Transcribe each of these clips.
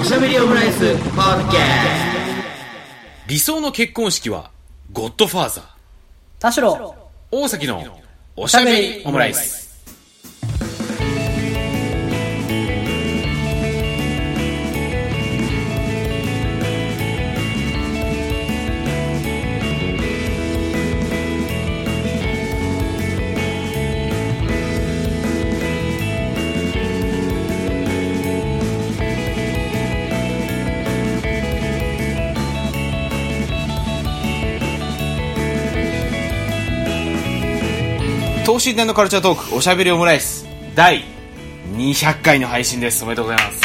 おしゃべりオムライスポッドキャス理想の結婚式は、ゴッドファーザー。田代大崎の、おしゃべりオムライス。等身大のカルチャートーク、おしゃべりオムライス。第200回の配信です。おめでとうございます。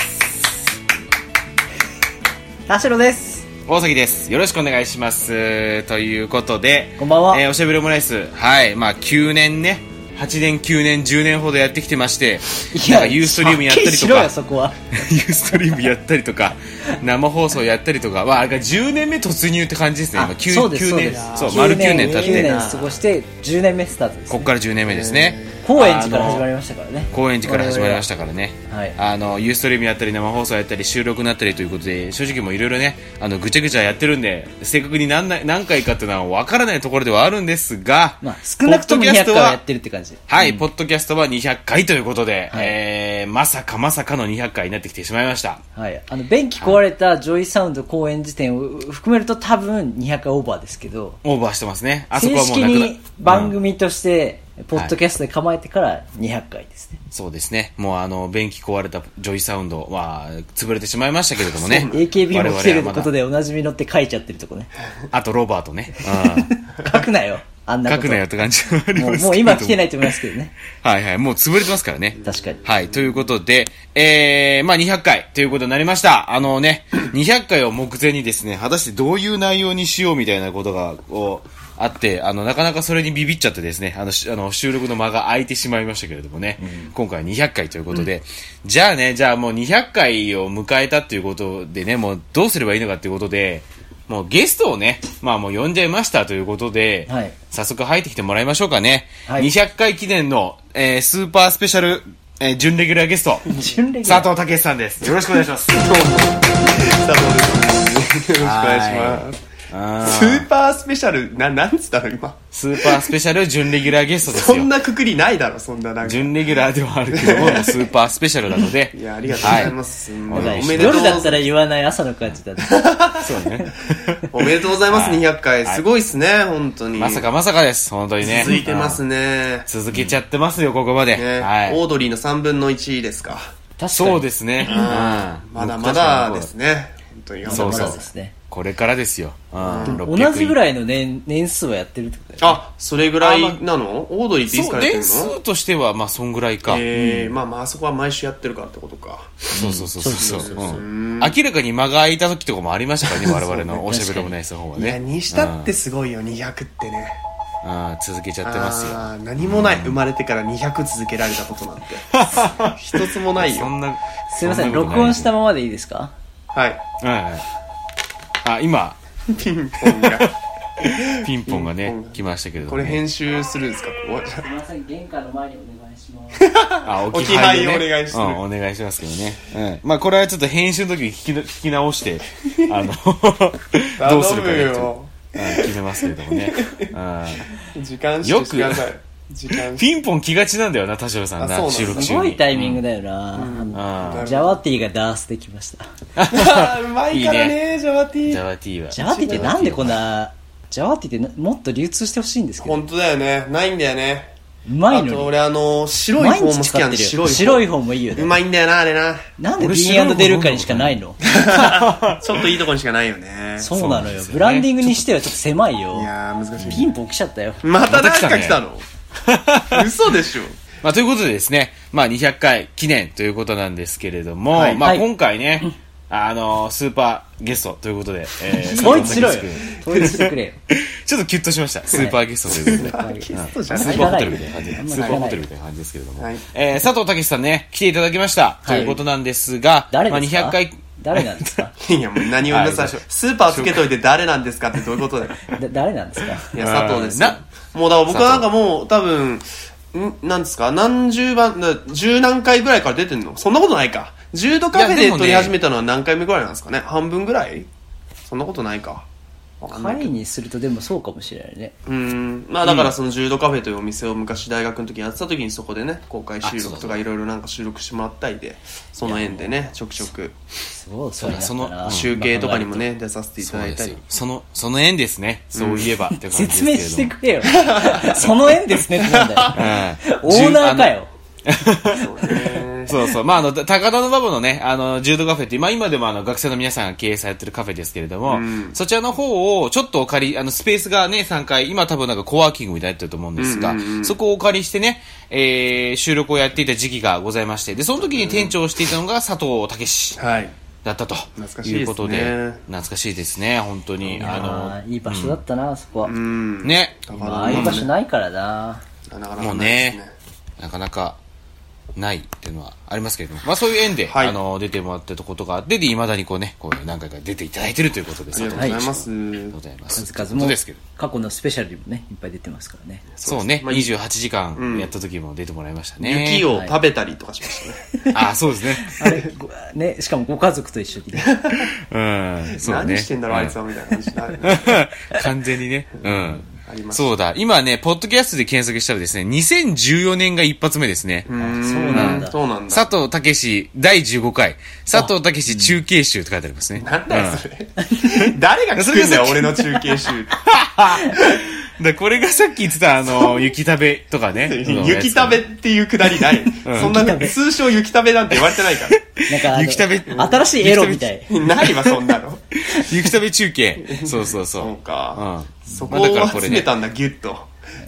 田代です大崎です。よろしくお願いします。ということで、こんばんはえーおしゃべりオムライス。はい。まあ、9年ね。8年、9年、10年ほどやってきてまして、なんかユーストリームやったりはっきとしろかよ、そこは ユーストリームやったりとか、生放送やったりとか、まあ、あれが10年目突入って感じですね、今、9, そうです9そうで年、すそう、丸9年経っ9て、年過ごして10年目スタートですここから10年目ですね。高円寺から始まりりましたからね高円寺から始まりましたからね、はいあのユーストリームやったり生放送やったり収録になったりということで正直もういろいろねあのぐちゃぐちゃやってるんで正確に何な何回かっていうのは分からないところではあるんですが、まあ少なくともポッドキャスト200回ははやってるって感じはい、ポッドキャストは200回ということで、はいえーまさかまさかの200回になってきてしまいましたはいあの便器壊れたジョイサウンド高円寺店を含めると多分200回オーバーですけどオーバーしてますねあそ正こはもう式なくなに番組としてポッドキャストで構えてから200回ですねそうですね。もうあの、便器壊れたジョイサウンドは、潰れてしまいましたけれどもね。 AKB も来てるのことで。でおなじみのって書いちゃってるとこ ねあとロバートね。書くなよあうんん。なこ 書とくなよって感じはありますけもうれどもう今来てないと思いますけどね。はいはい。もう潰れてますからね。確かにはい。ということで、えー、まあ200回ということになりました。あの ね、200回を目前にですね、果たしてどういう内容にしようみたいなことが、こう、あって、あの、なかなかそれにビビっちゃってですね、あの、しあの収録の間が空いてしまいましたけれどもね、今回は200回ということで、じゃあね、じゃあもう200回を迎えたっていうことでね、もうどうすればいいのかっていうことで、もうゲストをね、まあもう呼んじゃいましたということで、はい早速入ってきてもらいましょうかね。はい200回記念の、えースーパースペシャル、えー準レギュラーゲスト、純レギュラ佐ー藤健さんです。よろしくお願いします。よ佐藤です。よろしくお願いします。スーパースペシャル、な、なんつったの今。スーパースペシャル準レギュラーゲストですそんよ。なくくりないだろ、そんななんか。準レギュラーではある けども、スーパースペシャルなので。いや、ありがとうございます。お願いしますおめでとう夜だったら言わない朝の感じだねそうね。おめでとうございます、はい200回。すごいっすね、本当に。まさかまさかです。本当にね。続いてますね。続けちゃってますよ、ここまで。ねはオい。ードリーの3分の1ですか。そうですね。うんまだまだですね。本当に。そうまそうだですねこれからですよ。同同じぐい。らいの年年数はやってるってことだよあ、それぐらいなのオードリーっていつそかう、らやって年るの数としては、まあ、そんぐらいか。えー、まあまあ、あそこは毎週やってるからってことか。そうそうそうそうそう、うん明らかに間が空いた時とかもありましたからね我々のおしゃべりオムライスの方はいや、ねにしたってすごいよ、200ってね。ああ続けちゃってますよあー何もない、生まれてから200続けられたことなんて一つもないそよんなすいませそんなこと録な音したままでいいですかはいはいはいあ今ピンポンが ピンポンがピンポンねが来ましたけれどもこれね、編集するんですかここすいません玄関の前にお願いしますあ置き配をね置きうんうん、お願いしますけどね、うん、まあこれはちょっと編集の時に聞きの聞き直 してあのどうするかね頼ちょむよっとうん決めますけれどもね、時間指定してください時間う指ん、定ピンポン来がちなんだよな田代さんあそうなんなだ収録中にすごいタイミングだよな、ああのジャワティがダースできましたあーうまいからいいねジャワティジャーワティーはジャワティってなんでこんなジャワティってなもっと流通してほしいんですけどう本当だよねないんだよねまいあとのに俺あの白い毎方も好日きな使っんでてる白いよ方白い方もいいようねまいんだよなあれななんで俺白い方 D&D ルカにしかないのちょっといいとこにしかないよねそうそなのうなんでよすよねブランディングにしてはちょっと狭いよいやー難しいピンポン来ちゃったよまたなんか来たまの嘘でしょまあ、ということでですね、まあ、200回記念ということなんですけれども、はいまはあ、い今回ね、あのスーパーゲストということで、えー統一しろよ佐藤健介統一してくれよ君ちょっとキュッとしました。スーパーゲストということで。あゲストじゃスないーパーホテルみたいな感じあんまスりーパーホテルなみたいな感じですけれども、はいえー佐藤健さんね来ていただきました、ということなんですが、誰ですかまあ、200回誰なんですかいや、もう何を言いなさい。はいスーパーつけといて誰なんですかってどういうことだよ。だ誰なんですかいや、佐藤ですよな。もうだから僕はなんかもう多分、んなんですか何十番、な十何回ぐらいから出てんのそんなことないか。柔道カフェいやででもね撮り始めたのは何回目ぐらいなんですかね半分ぐらいそんなことないか。わかんないけ会ど。にするとでもそうかもしれないねうーん。まあだからその柔道カフェというお店を昔大学の時やってた時にそこでね、公開収あそうだ録そとうかだいろいろなんか収録してもらったりで、その縁でね、ちょくちょくそうそうやったなその集計とかにもね、出させていただいたり。 その、その縁ですね。そういえば、って感じですけ説明れどもしてくれよ その縁ですねってなんだようんオーナーかよそうそう。まあ、あの、た高田の馬場のね、あの、柔道カフェって、まあ今でもあの、学生の皆さんが経営されてるカフェですけれども、そちらの方をちょっとお借り、あの、スペースがね、3階、今多分なんかコワーキングみたいになってると思うんですが、そこをお借りしてね、えー、収録をやっていた時期がございまして、で、その時に店長をしていたのが佐藤武史はい。だったと。懐かしいいですねうことで、懐かしいですね、本当に。ああーいい場所だったなそこはうん。の、。ね、高まあ田ああいう馬場場所ねないからななかなかもうないですね、なかなかないっていうのはありますけれども、まあそういう縁で、はいあの、出てもらってたことがあって、で、未だにこうね、こう何回か出ていただいてるということです。ありがとうございます。ございます。という数こ々ともですけど。過去のスペシャルにもねいっぱい出てますからねそうね、28時間やった時も出てもらいましたね。雪。を食べたりとかしました ね。あ、そうですね。あれごねしかもご家族と一緒にねうん、そうね。何してんだろう、あいつはみたいな感じになるね。 完全にね。うんあり。ましたそうだ。今ね、ポッドキャストで検索したらですね、2014年が一発目ですね。そうなんだそうなんだ。佐藤武史第15回、佐藤武史中継集って書いてありますね。なんだよ、それ。誰が聞くんだよ、俺の中継集。だこれがさっき言ってた、あの、雪食べとか ね。 雪食べっていうくだりない。そんな、通称雪食べなんて言われてないかなんかあの雪食べ新しいエロみたいら。ないわ、そんなの。雪食べ中継。そうそうそそうう。うか。んそまあだこからをこ集れめねたんだ、ギュッと。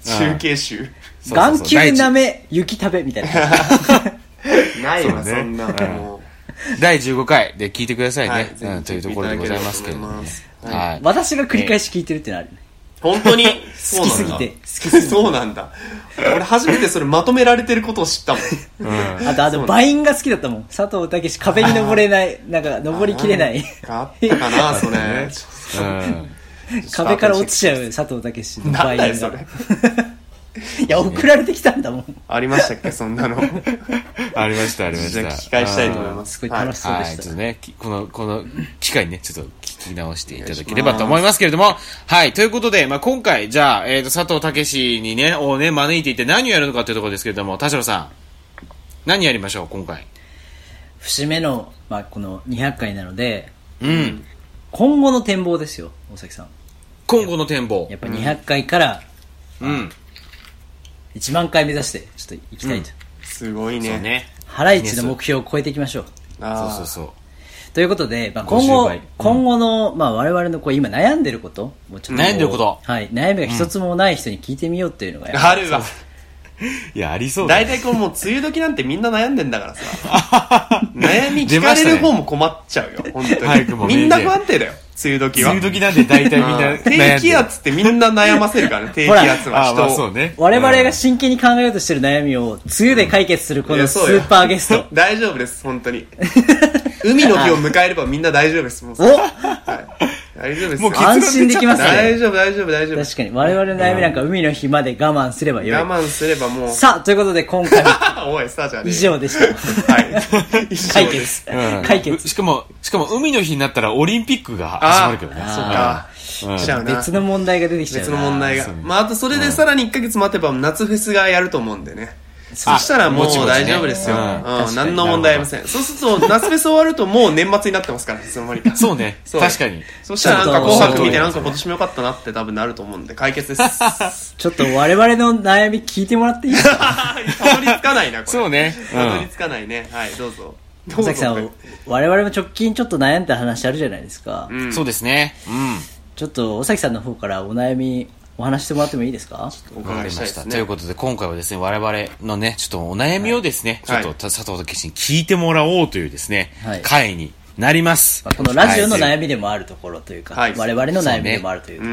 中継集。そうそう眼そう球舐め雪食べみたいなないわ、そうねそんなの。も第第15回で聞いてくださういはね。うん、というところでございますけれども。ぜひ聞いていただければと思いますはいはい。私が繰り返し聞いてるってのあるね本当に、好き好きすぎて好きすぎてそうなんだ。俺初めてそれまとめられてることを知ったもん。あと、あと、バインが好きだったもん。佐藤健壁に登れない、なんか、登りきれない。あったかな、それ。うん。 壁から落ちちゃう佐藤健のなバインんが。だよ、それ。 いや、送られてきたんだも ん。ありましたっけ、そんなの。ありました、ありまじしゃた。あ聞き返したいと思いうんます。すごい楽しそうではい、し。ちょったとね、きこの、この機会にね、ちょっと聞き直していただければと思いますけれども、はい、ということで、まあ今回、じゃあ、えっ、と、佐藤健にね、をね、招いていて何をやるのかというところですけれども、田代さん、何やりましょう、今回。節目の、まあ、この200回なので、うん。今後の展望ですよ、大崎さん。今後の展望やっ。ぱ200回からうん。 1万回目指して、ちょっと行きたいと。すごいそうね。ね。ハライチの目標を超えていきましょう。あそうあそうそう。ということで、まあ、今後、 50倍うん今後の、まあ、我々のこう今悩んでることもうちょっ悩んでることはい、悩みが一つもない人に聞いてみようっていうのがやっぱあるわ。いや、ありそうだ大ね。体こうもう梅雨時なんてみんな悩んでんだからさ。 悩み聞かれる方も困っちゃうよ、本早く当もに。名み言んな不安定だよ、梅雨時は。梅雨時なんで大体みんなうん悩んでる低気圧ってみんな悩ませるからね、低気ほら圧はあー、まあ人そをう。ね。我々うんが真剣に考えようとしてる悩みを梅雨で解決するこいのやスそうよーパーゲス ト大丈夫です、本当に。海の日を迎えればみんな大丈夫です、もう。はい大丈夫ですもよ。う結論安心できますね大丈夫、大丈夫、大丈夫。確かに我々の悩みなんか海の日まで我慢すればよい、我慢すればもう。さあということで今回 はおい、スターじゃねえ以。上でしたはい。以上解で決す。うん解決しかも、しかも海の日になったらオリンピックが始まるけどね。ああ、そっか。しちゃうな。別の問題が出てきちゃう別なの問題が。まあ、あとそれでさらに1ヶ月待てば夏フェスがやると思うんでね。そしたらもうもちもちね大丈夫ですよ。ううん確かにん、何の問題ありません。そうすると、夏フェス終わるともう年末になってますから、いつの間にか。そうね。 そう確かに。そしたらなんかちょっと紅白見てそうなんか今年も良かったなって多分なると思うんで、解決です。 たちょっと我々の悩み聞いてもらっていいですかどり着かないな、これ。そうねうんたどり着かないね。はい、どうぞ。どう尾ぞ崎さん我々も直近ちょっと悩んだ話あるじゃないですか、うんそうですね。うん。ちょっと尾崎さんの方からお悩みお話してもらってもいいですかおわか伺いりしたまいしでた。すというね。ことで、今回はですね、我々のね、ちょっとお悩みをですね、はいちょっと佐藤健に聞いてもらおうというですね、はい会になります。まあこのラジオのはい悩みでもあるところというか、はい我々の悩みでもあるというかう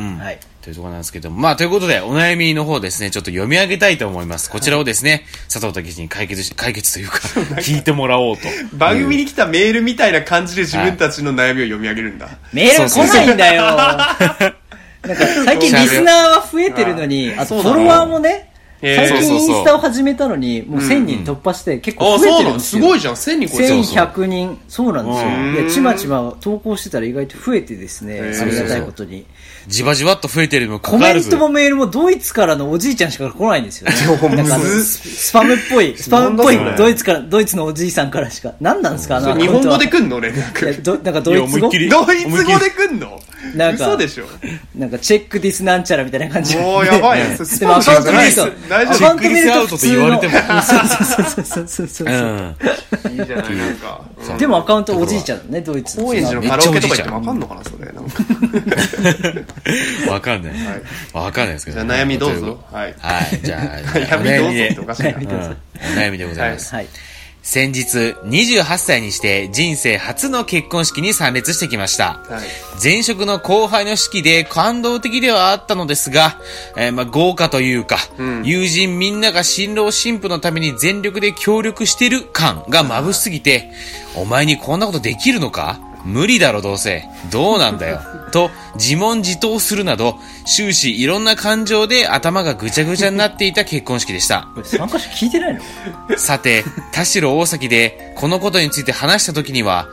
ん。はい、というところなんですけども、まあ、ということで、お悩みの方ですね、ちょっと読み上げたいと思います。こちらをですね、佐藤健に解決し、解決という か、聞いてもらおうと。番組に来たメールみたいな感じで自分たちの悩みを読み上げるんだ。メールが来ないんだよ。なんか最近リスナーは増えてるのに、あとフォロワーもね、へ最ーそうそう近そうインスタを始めたのに、もう1000人突破して結構あ、増えてそるうなんのですすよ。ごいじゃん。1000人超えてたぞ。 1100人、そうなんですうよ。いや、ちまちま投稿してたら意外と増えてですね、ーありがたいことに。じわじわっと増えてるのもかコかわメらンずトもメールもドイツからのおじいちゃんしか来ないんですよいね。やなんかあのむずっススパムっぽい、スパムっぽいなんだそれドイツから、ドイツのおじいさんからしか。何なんですかあのそう日本語で本来んの連当はいや絡。どなんかドイツいや思い語っきりドイツ語で来んのなんか嘘でしょ。なんかチェックディスなんちゃらみたいな感じがもうやばいやつでもアカウント見ると、大丈夫アカウント見ると普通のチェックディスそうそうそうそうそううそんいいじゃない、なんか。う。でもアカウントおじいちゃんだね、ドイツの高円寺のカラオケとか行ってもわかんのかな、それ。なんか わかんないはい。わかんないですけじどゃあね。悩みどうといぞこ。はい。とで。はい、じゃあ、 悩おみどうぞってでおかしいな。うんお悩みでございます。はい。先日、28歳にして人生初の結婚式に参列してきました。はい前職の後輩の式で感動的ではあったのですが、えーまあ豪華というか、友人みんなが新郎新婦のために全力で協力してる感が眩しすぎて、お前にこんなことできるのか無理だろどうせ。どうなんだよ。と自問自答するなど、終始いろんな感情で頭がぐちゃぐちゃになっていた結婚式でした。これ参加者聞いてないのさて、田代大崎でこのことについて話した時には、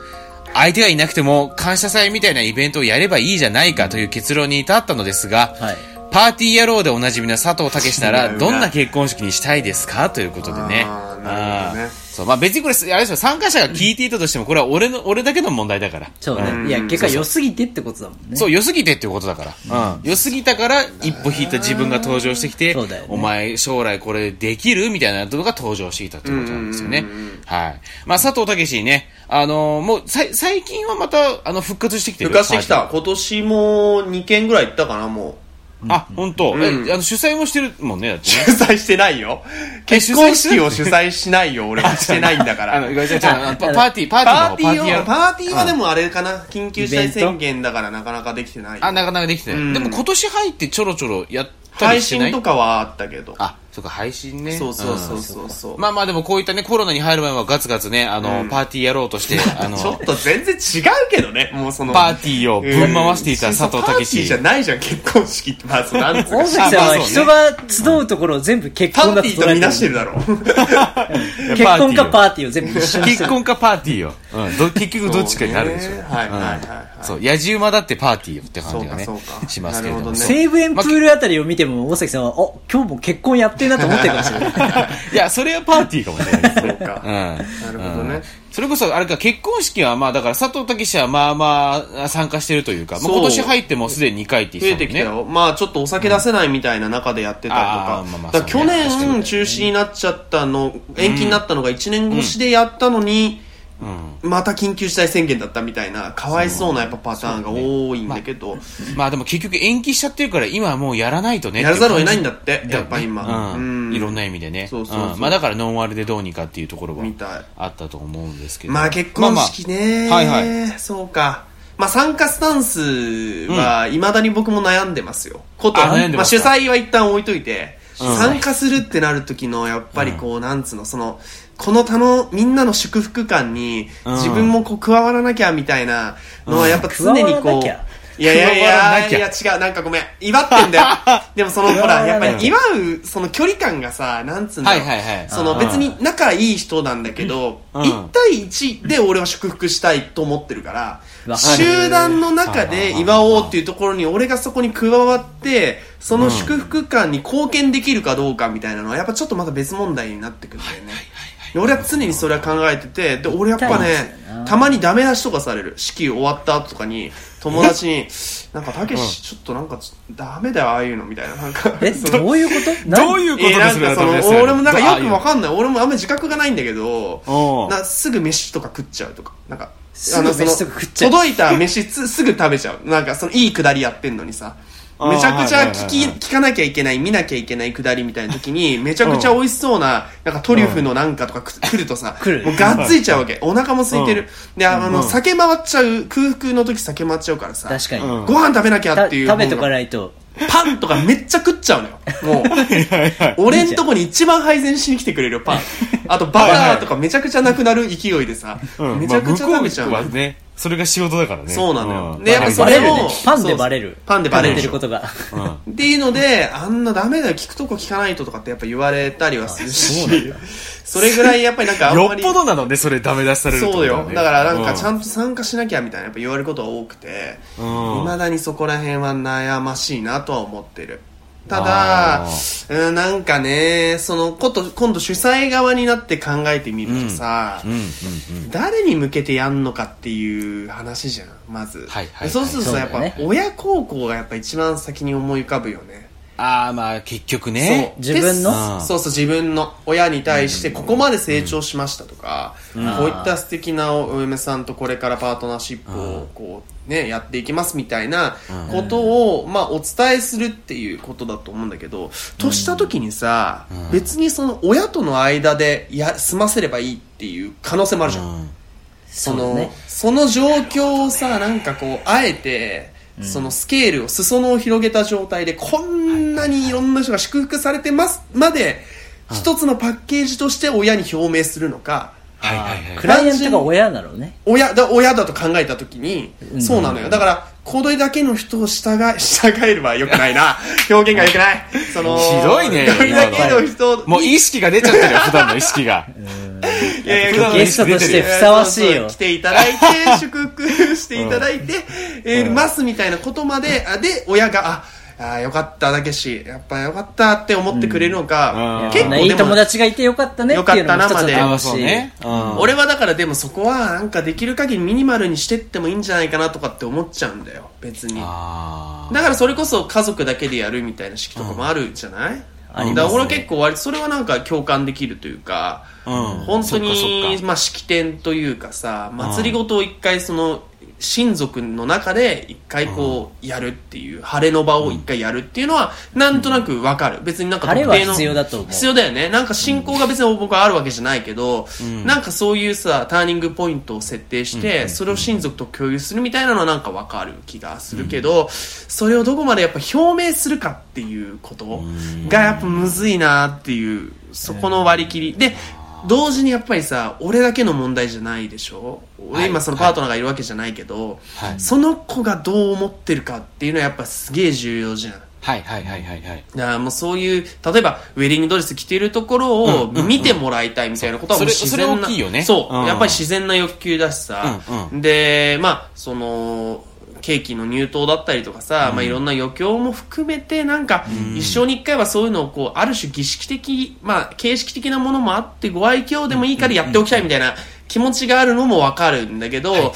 相手がいなくても感謝祭みたいなイベントをやればいいじゃないかという結論に至ったのですが、はいパーティー野郎でおなじみの佐藤健な違うらなどんな結婚式にしたいですかということでね。あーなるほどねあーそう、まあ別にこれ、あれですよ、参加者が聞いていたとしても、これは俺の、俺だけの問題だから。そうね。いや、結果良すぎてってことだもんね。そう、良すぎてっていうことだから。うん。良すぎたから、一歩引いた自分が登場してきて、そうだよねお前、将来これできるみたいなのが登場してきたってことなんですよね。はい。まあ、佐藤健にね、あのーもう、さい最近はまた、あの、復活してきてる復活してきた。今年も2件ぐらい行ったかな、もう。あ、本当、え、あの、主催もしてるもんね、だってね。主催してないよ。結婚式を主催しないよ、俺はしてないんだかあの、ら。ごめんなさいあのパパーティー、パーティーパの方ーティーやを、ろパーティーはでもあれかな、緊急事態宣言だからなかなかできてない。あ、なかなかできてない。うんでも今年入ってちょろちょろやった配りしてな信いとかはあったけど。あ、そうか、配信ね。そうそううんそうそうそう。まあまあでもこういったね、コロナに入る前はガツガツね、あの、パーティーやろうと して、あの、ちょっと全然違うけどね、もうその。パーティーをぶん回していたうん佐藤パーティーじゃ健。ないじゃん、結婚式って。まず、なんつう大か崎さんはあまあそ人うが集うところを全部結パ婚ーだテとィーと捉えみてなしてるるだろ。結婚かパーーティーを全部一 緒にして結る婚かパーティーよ。うんど。結局 どっちかになるでしょ。そうねはいはいはいはいうんそう、野じ馬だってパーティーよって感じがねそうかそう、かしますけれども。なるほどね西武園プールあたりを見ても大崎さんはお今日も結婚やってんなと思ってるかもしれない いや、それはパーティーかもしれないですそうね。か。なるほどねそれこそ、あれか、結婚式は、まあ、だから、佐藤健は、まあまあ、参加してるというか、まあ、そう今年入ってもうすでに2回って増言えっててたきもんたね。よ、まあちょっとお酒出せないみたいな中でやってたりとあーかまあまあだから去そうね確かに年ね中止になっちゃったの延期になったのが1年越しでやったのに、また緊急事態宣言だったみたいなかわいそうなやっぱパターンが多いんだけど、まあでも結局延期しちゃってるから今はもうやらないとねやらざるを得ないんだだってやっぱ今、ううんんいろんな意味でねそうそうそうんまあだからノンアルでどうにかっていうところはみたいあったと思うんですけどまあ結婚式ね、まあまあはいはそうかまあ参加スタンスはいまだに僕も悩んでますよ。こと、あ悩んでままあす主か催は一旦置いといて、うん参加するってなる時のやっぱりこう、なんつうの、その、この他のみんなの祝福感にうん自分もこう加わらなきゃみたいなのはやっぱ常に加わらこなう、きゃいやいやい加わらなや、きいゃや違う、なんかごめん、祝っ てんだよ。でもそのほら、やっぱり祝う、その距離感がさ、なんつうんだろう。はいはいはいそのうん別に仲いい人なんだけど、うん1対1で俺は祝福したいと思ってるから、わかる集団の中で祝おうっていうところに俺がそこに加わって、その祝福感に貢献できるかどうかみたいなのはやっぱちょっとまた別問題になってくるんだよね。で俺は常にそれは考えてて、で、俺やっぱ痛いんねですよな、たまにダメ出しとかされる。式終わった後とかに、友達に、なんか、たけし、ちょっとなんか、ダメだよ、ああいうの、みたいな。なんか、えそうどういうことどういううことでえーなんすかそダメですの、俺もなんかよくわあかんない。俺もあんまり自覚がないんだけどおう、なすぐ飯とか食っちゃうとか、なんか、すぐ飯とか食っちゃうあのその届いた飯つすぐ食べちゃう。なんかそのいいくだりやってんのにさ。あーめちゃくちはいはいゃはい聞はいき、聞かなきゃいけない、見なきゃいけないくだりみたいな時に、 めちゃくちゃ美味しそうな、なんかトリュフのなんかとかく来るとさ、来るもうがっついちゃうわけ。お腹も空いてる。で、あの、酒回っちゃう、空腹の時酒回っちゃうからさ、確かに、ご飯食べなきゃたっていう。食べとかないとパンとかめっちゃ食っちゃうのよ。もう。 俺んとこに一番配膳しに来てくれるよ、 パン。あとバターとかめちゃくちゃなくなる勢いでさ。うんめちゃくちゃ食べちゃうのまあ向こうはねそれが仕事だからね。そうなのよんでやっぱそバれレをるねそうパンでバレるパンでバレるやってでしるょことがう んっていうので、あんなダメだよ、聞くとこ聞かないととかってやっぱ言われたりはするし、それぐらいやっぱりなんかあんよまっり、ぽどなのね、それダメ出しされるってこそうとねよ。だからなんかちゃうんと参加しなきゃみたいなやっぱ言われることが多くて、うん未だにそこら辺は悩ましいなとは思ってる。たあ、だうん、なんかね、そのこと、今度主催側になって考えてみるとさ、ん。うん、うん、誰に向けてやんのかっていう話じゃんまず、はいはいはいそうするとそうさ、だやっよねぱ親孝行がやっぱ一番先に思い浮かぶよねああ、まあ、結局ね。そう自分のであーそうそう自分の親に対してここまで成長しましたとか、こういった素敵なお嫁さんとこれからパートナーシップうんをこうねやっていきますみたいなうんことを、まあ、お伝えするっていうことだと思うんだけどとした時にさ、うん別にその親との間でや済ませればいいっていう可能性もあるじゃんうんそのうだねその状況をさなんかこうあえて、そのスケールを裾野を広げた状態でこんなにいろんな人が祝福されてますまで一つのパッケージとして親に表明するのかはいはいあーはクい。ライアントが親なのね親だ親だと考えた時に、そうなのよだからこれだけの人を従え従えるはよくないな表現がよくないそのひどいねこれだけの人にもう意識が出ちゃってるよ、普段の意識 が。いやいややっぱゲストとしてふさわしいそうそよう来ていただいて、祝福してい ただいて、えーますみたいなことまで、あで、親が、あ、あーよかった、だけし、やっぱよかったって思ってくれるのうんか、あー結構いいでも友、達がいてよかったねっていうのも一つだとよかったなあ思あ、うそうし、ね。うん。俺はだからでもそこはなんかできる限りミニマルにしてってもいいんじゃないかなとかって思っちゃうんだよ、別に。あだからそれこそ家族だけでやるみたいな式とかもあるじゃない、ありますねだから俺は結構割とそれはなんか共感できるというか、うん本当そっかそにっかまあ式典というかさ祭りごとを一回その親族の中で一回こうやるっていう晴れの場を一回やるっていうのはなんとなくわかる別になんか特定の晴れは必要だと思う必要だよねなんか信仰が別に僕はあるわけじゃないけど、なんかそういうさターニングポイントを設定して、それを親族と共有するみたいなのはなんかわかる気がするけど、それをどこまでやっぱ表明するかっていうことがやっぱむずいなっていうそこの割り切りで同時にやっぱりさ俺だけの問題じゃないでしょ俺今そのパートナーがいるわけじゃないけど、はいその子がどう思ってるかっていうのはやっぱすげえ重要じゃんはいはいはいはいはい。だからもうそういう例えばウェディングドレス着てるところを見てもらいたいみたいなことはもうそうそれ自然なそれ大きいよねそう、うんやっぱり自然な欲求だしさ、うんうでまあそのケーキの入刀だったりとかさ、まあ、いろんな余興も含めてなんか一生に一回はそういうのをこうある種儀式的、まあ、形式的なものもあってご愛嬌でもいいからやっておきたいみたいな気持ちがあるのもわかるんだけど、はいはいは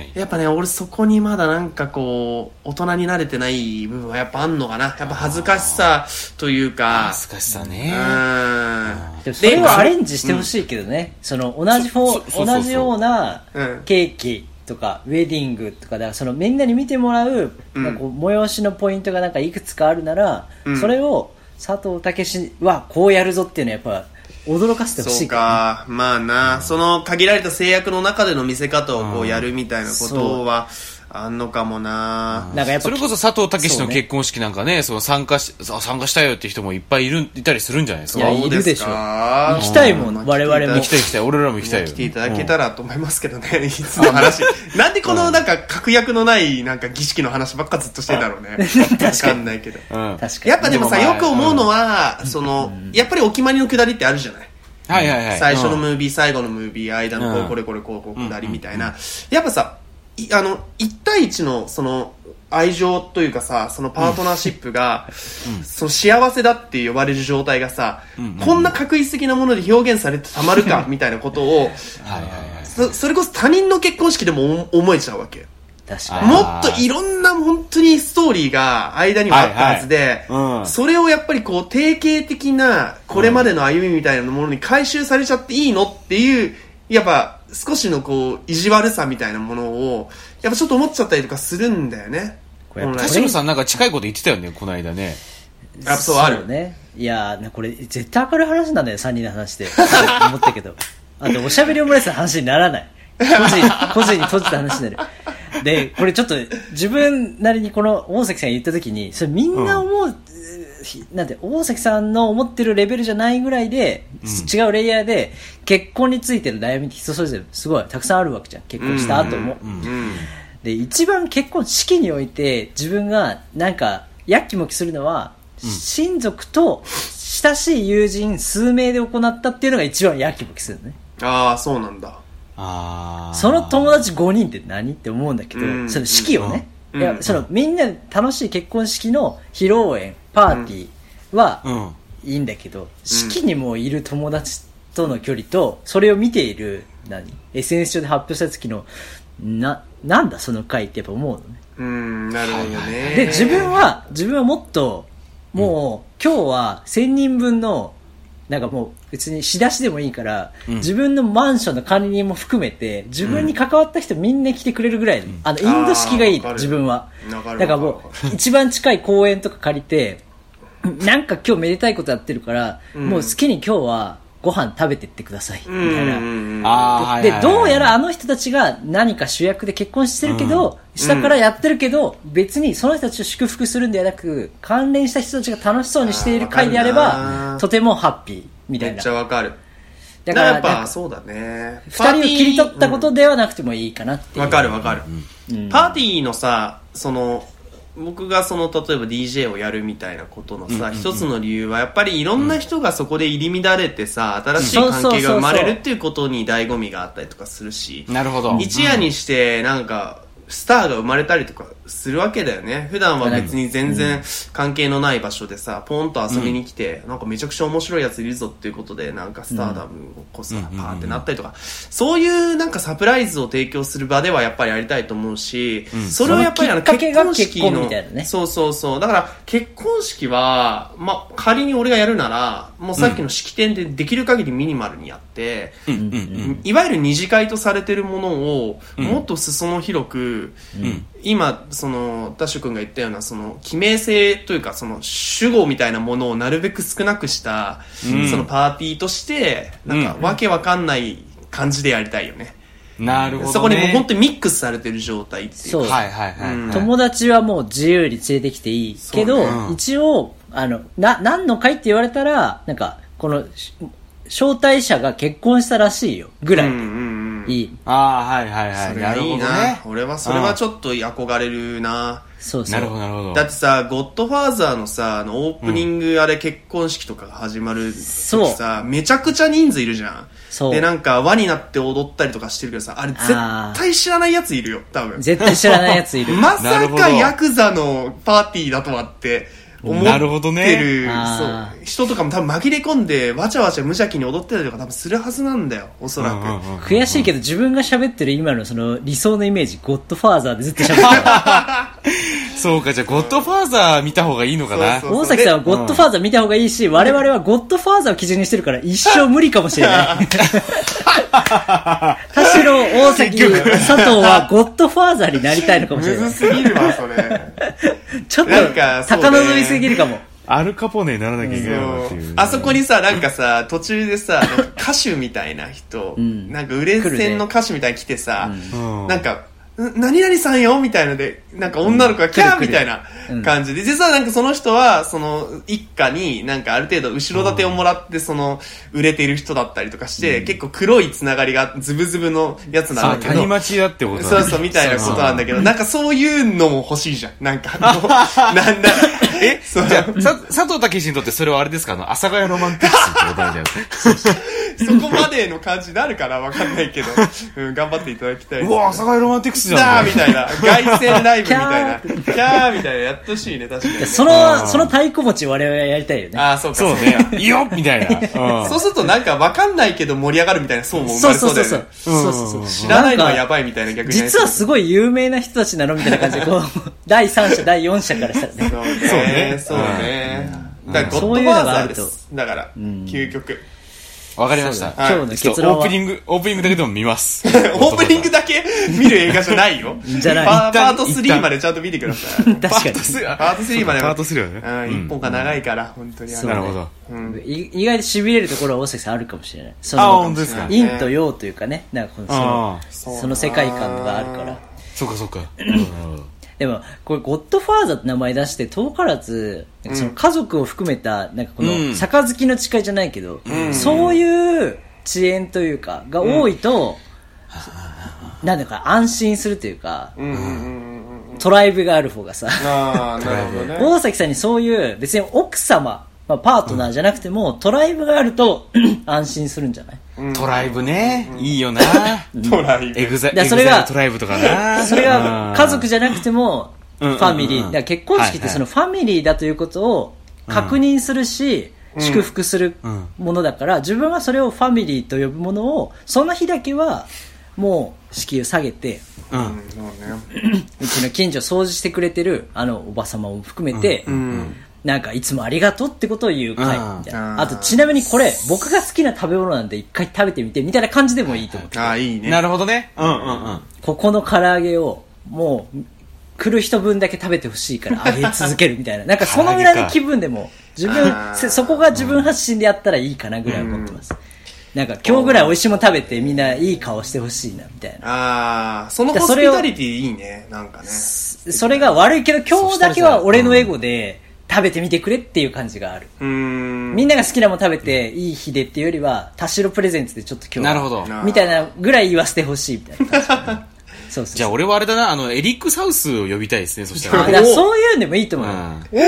いはい。やっぱね、俺そこにまだなんかこう、大人に慣れてない部分はやっぱあんのかな。やっぱ恥ずかしさというか、恥ずかしさうね。ーん。でもそれはアレンジしてほい。しいけどね、その同じフォそそそうそうそう同じようなうんケーキとかウェディングとかだからそのみんなに見てもらう,、うんなんかこう催しのポイントがなんかいくつかあるなら、うんそれを佐藤健はこうやるぞっていうのはやっぱ驚かせてほしそういかか、まあな、その限られた制約の中での見せ方をこううんやるみたいなことは、あんのかもなら。なんかやっぱそれこそ佐藤健そのうね結婚式なんかね、その参加し、あ参加したよって人もいっぱいいる、いたりするんじゃないですいか。や行どういるでしょすか行きたいもんまあ我々も来きてたいい行きたい。俺らも行きたいよ。来ていただけたらと思いますけどね、いつ の話。なんでこのなんか確約のないなんか儀式の話ばっかずっとしてんだろう ね。わかんないけど。うん。うん。はい確かにやっぱでもさ、でもまあよく思うのは、その、やっぱりお決まりのくだりってあるじゃないはいはい。最初のうんムービー、最後のムービー、間のこううんこれこれこうこうくだりみたいな。やっぱさ、いあの、一対一のその、愛情というかさ、そのパートナーシップが、その幸せだって呼ばれる状態がさ、こんな確率的なもので表現されてたまるか、みたいなことを、はいはいはい。そそれこそ他人の結婚式でも思思えちゃうわけ。確あーかもっといろんな本当にストーリーが間にはあったはずで、はいはいうんそれをやっぱりこう定型的なこれまでの歩みみたいなものに回収されちゃっていいのっていう、やっぱ少しのこう意地悪さみたいなものを、やっぱちょっと思っちゃったりとかするんだよね。これやっぱ本来田代さんなんか近いこと言ってたよね、この間ね。にあそうあるねいやーこれ絶対明るい話なんだよ3人の話で思ったけどあとおしゃべりオムライスの話にならない個人個人に閉じた話になるでこれちょっと自分なりにこの大関さんが言った時にそれみんな思う、ひなんて大関さんの思ってるレベルじゃないぐらいで、違うレイヤーで結婚についての悩みって人それぞれすごいたくさんあるわけじゃん結婚した後も、うんうんで一番結婚式において自分がなんかやっきもきするのは、親族と親しい友人数名で行ったっていうのが一番やきもきするのねああ、そうなんだ。あーその友達5人って何って思うんだけど、うんその式をね、うんいやそのみんなで楽しい結婚式の披露宴パーティーはうん。いいんだけど、式にもいる友達との距離とそれを見ている何 SNS 上で発表した時のななんだその回ってやっぱ思うのねうん、なるほどね。で、自分は、自分はもっと、もう、今日は1000人分の、なんかもう別に仕出しでもいいから、ん自分のマンションの管理人も含めて、自分に関わった人みんな来てくれるぐらい、あの、インド式がいいあーわかの、る自分は。わかるだからもわかう、一番近い公園とか借り て、なんか今日めでたいことやってるから、んもう好きに今日はご飯食べてってください、みうんたいな。うんうん。あーはいはいではいどうやらあの人たちが何か主役で結婚してるけど、下からやってるけど、別にその人たちを祝福するんではなく関連した人たちが楽しそうにしている会であれあーわかるばなとてもハッピーみためいっなちゃわかる。だだかかららなやんっかぱ、そうだね。 2人を切り取ったことで。ではなくてもいいかなっていう、わ、かるわかる、パーティーのさ、その、僕がその、例えば DJ をやるみたいなことのさ、一つの理由は、やっぱりいろんな人がそこで入り乱れてさ、新しいうん関係が生まそうそうそれうそうるっていうことに醍醐味があったりとかするし。なるほど。一夜にしてなんかスターが生まれたりとかするわけだよね普段は別に全然関係のない場所でさポンと遊びに来て、なんかめちゃくちゃ面白いやついるぞっていうことでなんかスターダムをこうさ、パーってなったりとか、そういうなんかサプライズを提供する場ではやっぱりやりたいと思うし、それはやっぱりあのそのきっかけ結が婚式結婚のみたいなねそうそうそうだから結婚式は、まあ、仮に俺がやるならもうさっきの式典でできる限りミニマルにやって、うんうんいわゆる二次会とされてるものを、もっと裾野広く、ん今、その、ダッシュ君が言ったような、その、記名性というか、その、主語みたいなものをなるべく少なくした、そのパーティーとして、なんか、うわけわかんない感じでやりたいよね。うん。なるほど、ね。そこにもう本当にミックスされてる状態っていうかそうはいはいはい。うんはい友達はもう自由に連れてきていいけど、そうねうん一応あのな何の会って言われたらなんかこのし招待者が結婚したらしいよぐらういんうんうん。いい、ああ、はいはいはい。それながるいほどいねな。。俺は、それはょちょっと憧れるな。そうそうなるほどなるほど。だってさ、ゴッドファーザーのさ、あの、オープニング、あれ、結婚式とかが始まる時さ、めちゃくちゃ人数いるじゃん。そうで、なんか、輪になって踊ったりとかしてるけどさ、あれ、絶対知らないやついるよ、多分。絶対知らないや ついるまなるさほどかヤクザのパーティーだとはって、思っなるほどてねる、あそう。人とかも多分紛れ込んで、わちゃわちゃ無邪気に踊ってたりとか多分するはずなんだよ、おそらうんうんうんく。悔しいけど自分が喋ってる今のその理想のイメージゴッドファーザーでずっと 喋ってるそうか、じゃあ、ゴッドファーザー見た方がいいのかな。そうそう大崎さんはゴッドファーザー見た方がいいし、我々はゴッドファーザーを基準にしてるから一生無理かもしれない。 田代、大崎、佐藤はゴッドファーザーになりたいのかもむしれなずい。すぎるわ、それ。 ちょっとなんか、そうね高望みすぎるかも。アルカポネにならなきゃいけないなってそういう。あそこにさ、なんかさ、途中でさ、なんか歌手みたいな人、んなんか売れ線の歌手みたいに来てさ、うんなんか、ん何々さんよみたいので、なんか女の子がキャーみたいな感じで、実はなんかその人は、その一家になんかある程度後ろ盾をもらって、その売れてる人だったりとかして、結構黒いつながりがズブズブのやつなんあ、だけど。谷町だってことだ、ね。そうそう、みたいなことなんだけど、なんかそういうのも欲しいじゃん。なんか、あ のなんだ、えそうじゃあ、さ佐藤健にとってそれはあれですかあの、阿佐ヶ谷ロマンティクスってことなんじゃないですかそこまでの感じになるからわかんないけど、うん、頑張っていただきたい。うわ、阿佐ヶ谷ロマンティクスじなゃあん。みたいな。凱旋ライブみたいな。キャーみたいな。やってほしいね、確かに、ね。その、その太鼓持ち我々はやりたいよね。ああ、そうか。そうね。いいよみたいな。うんそうするとなんかわかんないけど盛り上がるみたいな層も生そまうれそそううそだうそうそよね。。うそうそう。知らないのはんやかばいみたいな逆に。実はそすごい有名な人たちなのみたいな感じで、こう、 第3者、第4者からしたらね。うそうねね。そうね。だから、ゴッドファーザーです。だから、究極。わかりました。今日のちょっ結と論オーはプ。ニング、オープニングだけでも見ます。 オオープニングだけ見る映画じゃないよ。じゃないパーパート一旦一旦3までちゃんと見てください。確かに。パート3まで。パート3までねうん、一本が長いから、本当にあそうの。なるほど。い意外と痺れるところは大崎さんあるかもしれない。そあ、の本当ですか。陰と陽というかね、なんかこのそあのうだなその世界観があるから。そっかそっか。なるほどなるほどでも、これ、ゴッドファーザーって名前出して、遠からず、なんかその家族を含めた、なんかこうの、ん杯の誓いじゃないけど、そういう遅延というか、が多いと、なんだか安心するというか、うんうんうんうんうんトライブがある方がさ、ああなるほどね大崎さんにそういう別に奥様、まあ、パートナーじゃなくても、トライブがあると 安心するんじゃないトライブね、いいよな。トライブエグザエだグかザらそれイがルトライブとかな。それがうん家族じゃなくてもフうんァミうリーんうんだから結婚式っはいはていそのファミリーだということを確認するし、祝福するうんものだから自分はそれをファミリーと呼ぶものをその日だけはもう敷を下げてうん。そうねうちの近所掃除してくれてるあのおば様も含めて、うんなんかいつもありがとうってことを言う会みたいうなんあーあとちなみにこれ僕が好きな食べ物なんで一回食べてみてみたいな感じでもいいと 思うああいいねなるほどね。うんうんうん。ここの唐揚げをもう来る人分だけ食べてほしいから揚げ続けるみたいななんかそのぐらいの気分でも自あー分せそこが自分発信でやったらいいかなぐらい思ってます、なんか今日ぐらい美味しいもの食べてみんないい顔してほしいなみたいなああそのじゃあホそスピれをタリティいいねなんかねそれが悪いけど今日だけは俺のエゴで食べてみてくれっていう感じがあるうーんみんなが好きなもの食べていい日でっていうよりは田代プレゼンツでちょっと今日はなるほどなみたいなぐらい言わせてほしいみたいな感じか なそうそうじゃあ俺はあれだな、あの、エリック・サウスを呼びたいですね、そしたら。あだからそういうんでもいいと思うよ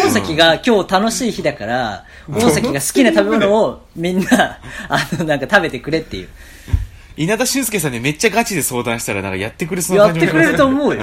う大崎が今日楽しい日だから、大崎が好きな食べ物 をみんな、あの、なんか食べてくれっていう。稲田俊介さんにめっちゃガチで相談したら、なんかやってくれそうなやっ感じてくれると思ううよ。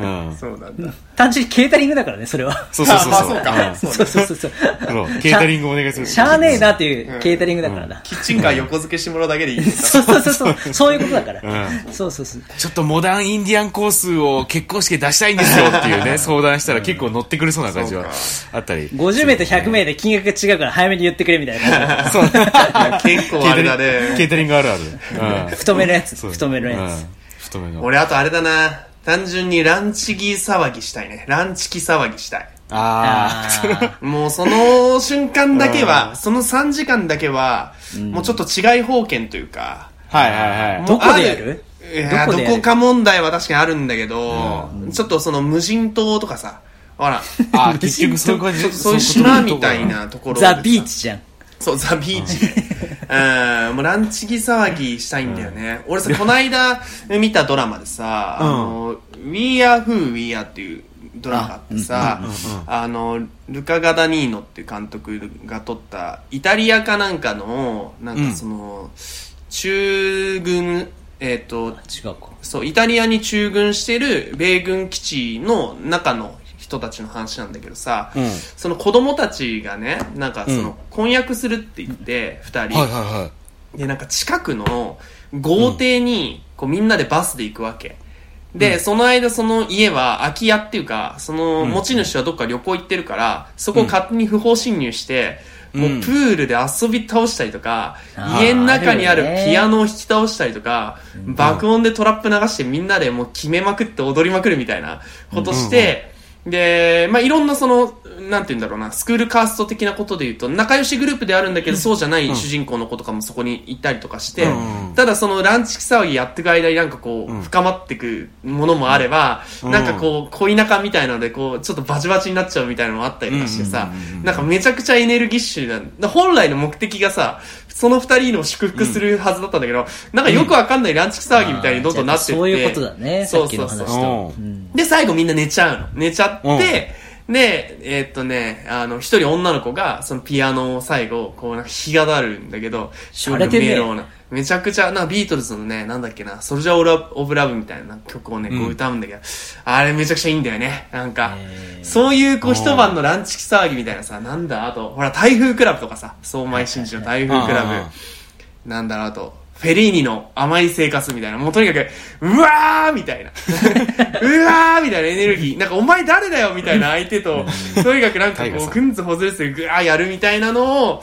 ん。うん。そうなんだ単純にケータリングだからね、それは。そうそうそうあそう。まあうんそうかそうそうそうそう。そうケータリングお願いするしゃあねえなっていうケータリングだからな。キッチンカー横付けしてもらうだけでいいね そうそうそうそう。そういうことだから。そうそうそう。ちょっとモダンインディアンコースを結婚式で出したいんですよっていうね、相談したら結構乗ってくれそうな感じはあったり。 50名と100名で金額が違うから早めに言ってくれみたいな感そう。結構あれだねケータリングあるある。うんじ。太めのやつ。そう太めのやうん太めの。俺あとあれだな単純にランチギー騒ぎしたいねランチキ騒ぎしたいあつ。あーもうその瞬間だけは、その3時間だけは、もうちょっと違い方見というか、あ。はいはいはい。どこでやるあいやどどこでやるこか問題は確かにあるんだけど、ちょっとその無人島とかさ、ほ ら、あー結局そういう感じ。そそういう島みたいなところでさザ・ビーチ。じゃん。そう、ザ・ビーチ。 うん、もうランチギ騒ぎしたいんだよね。俺さ、この間見たドラマでさ、あの、We Are Who We Are っていうドラマがあってさ、あの、ルカ・ガダニーノっていう監督が撮った、イタリアかなんかの、なんかその、中軍、えっ、と、違うか。そう、イタリアに駐軍してる米軍基地の中の人たちの話なんだけどさ、んその子供たちがね、なんかその、うん婚約するって言って、二、はいはい人、はい。で、なんか近くの豪邸に、こうみんなでバスで行くわけ。で、その間その家は空き家っていうか、その持ち主はどっか旅行行ってるから、そこを勝手に不法侵入して、んもうプールで遊び倒したりとか、あー家の中にあるあるよねピアノを弾き倒したりとか、爆音でトラップ流してみんなでもう決めまくって踊りまくるみたいなことして、で、まあ、いろんなその、なんて言うんだろうな、スクールカースト的なことで言うと、仲良しグループであるんだけど、そうじゃない主人公の子とかもそこに行ったりとかして、うんただそのランチ騒ぎやってく間になんかこう、深まってくものもあれば、んなんかこう、恋仲みたいなので、こう、ちょっとバチバチになっちゃうみたいなのもあったりとかしてさ、なんかめちゃくちゃエネルギッシュなんだ本来の目的がさ、その二人の祝福するはずだったんだけど、なんかよくわかんないランチ騒ぎみたいにどんどんなってって、あーそういうことだね、さそっうきそのうそう話と。ううんで、最後みんな寝ちゃうの。寝ちゃって、で、えーっとね、あの、一人女の子が、そのピアノを最後、こう、なんか弾き語るんだけど、洒落てんねロな。めちゃくちゃ、なんかビートルズのね、なんだっけな、ソルジャーオブラブみたいな曲をね、こう歌うんだけど、あれめちゃくちゃいいんだよね。なんか、そういうこう一晩のランチ騒ぎみたいなさ、なんだ、あと、ほら、台風クラブとかさ、相馬真司の台風クラはいはいはいブ。なんだろう、あと、フェリーニの甘い生活みたいな、もうとにかく、うわーみた いな。うわーみたいなエネルギー。なんか、お前誰だよみたいな相手と、とにかくなんかタイガこさう、んくんずほずるするぐわーやるみたいなのを、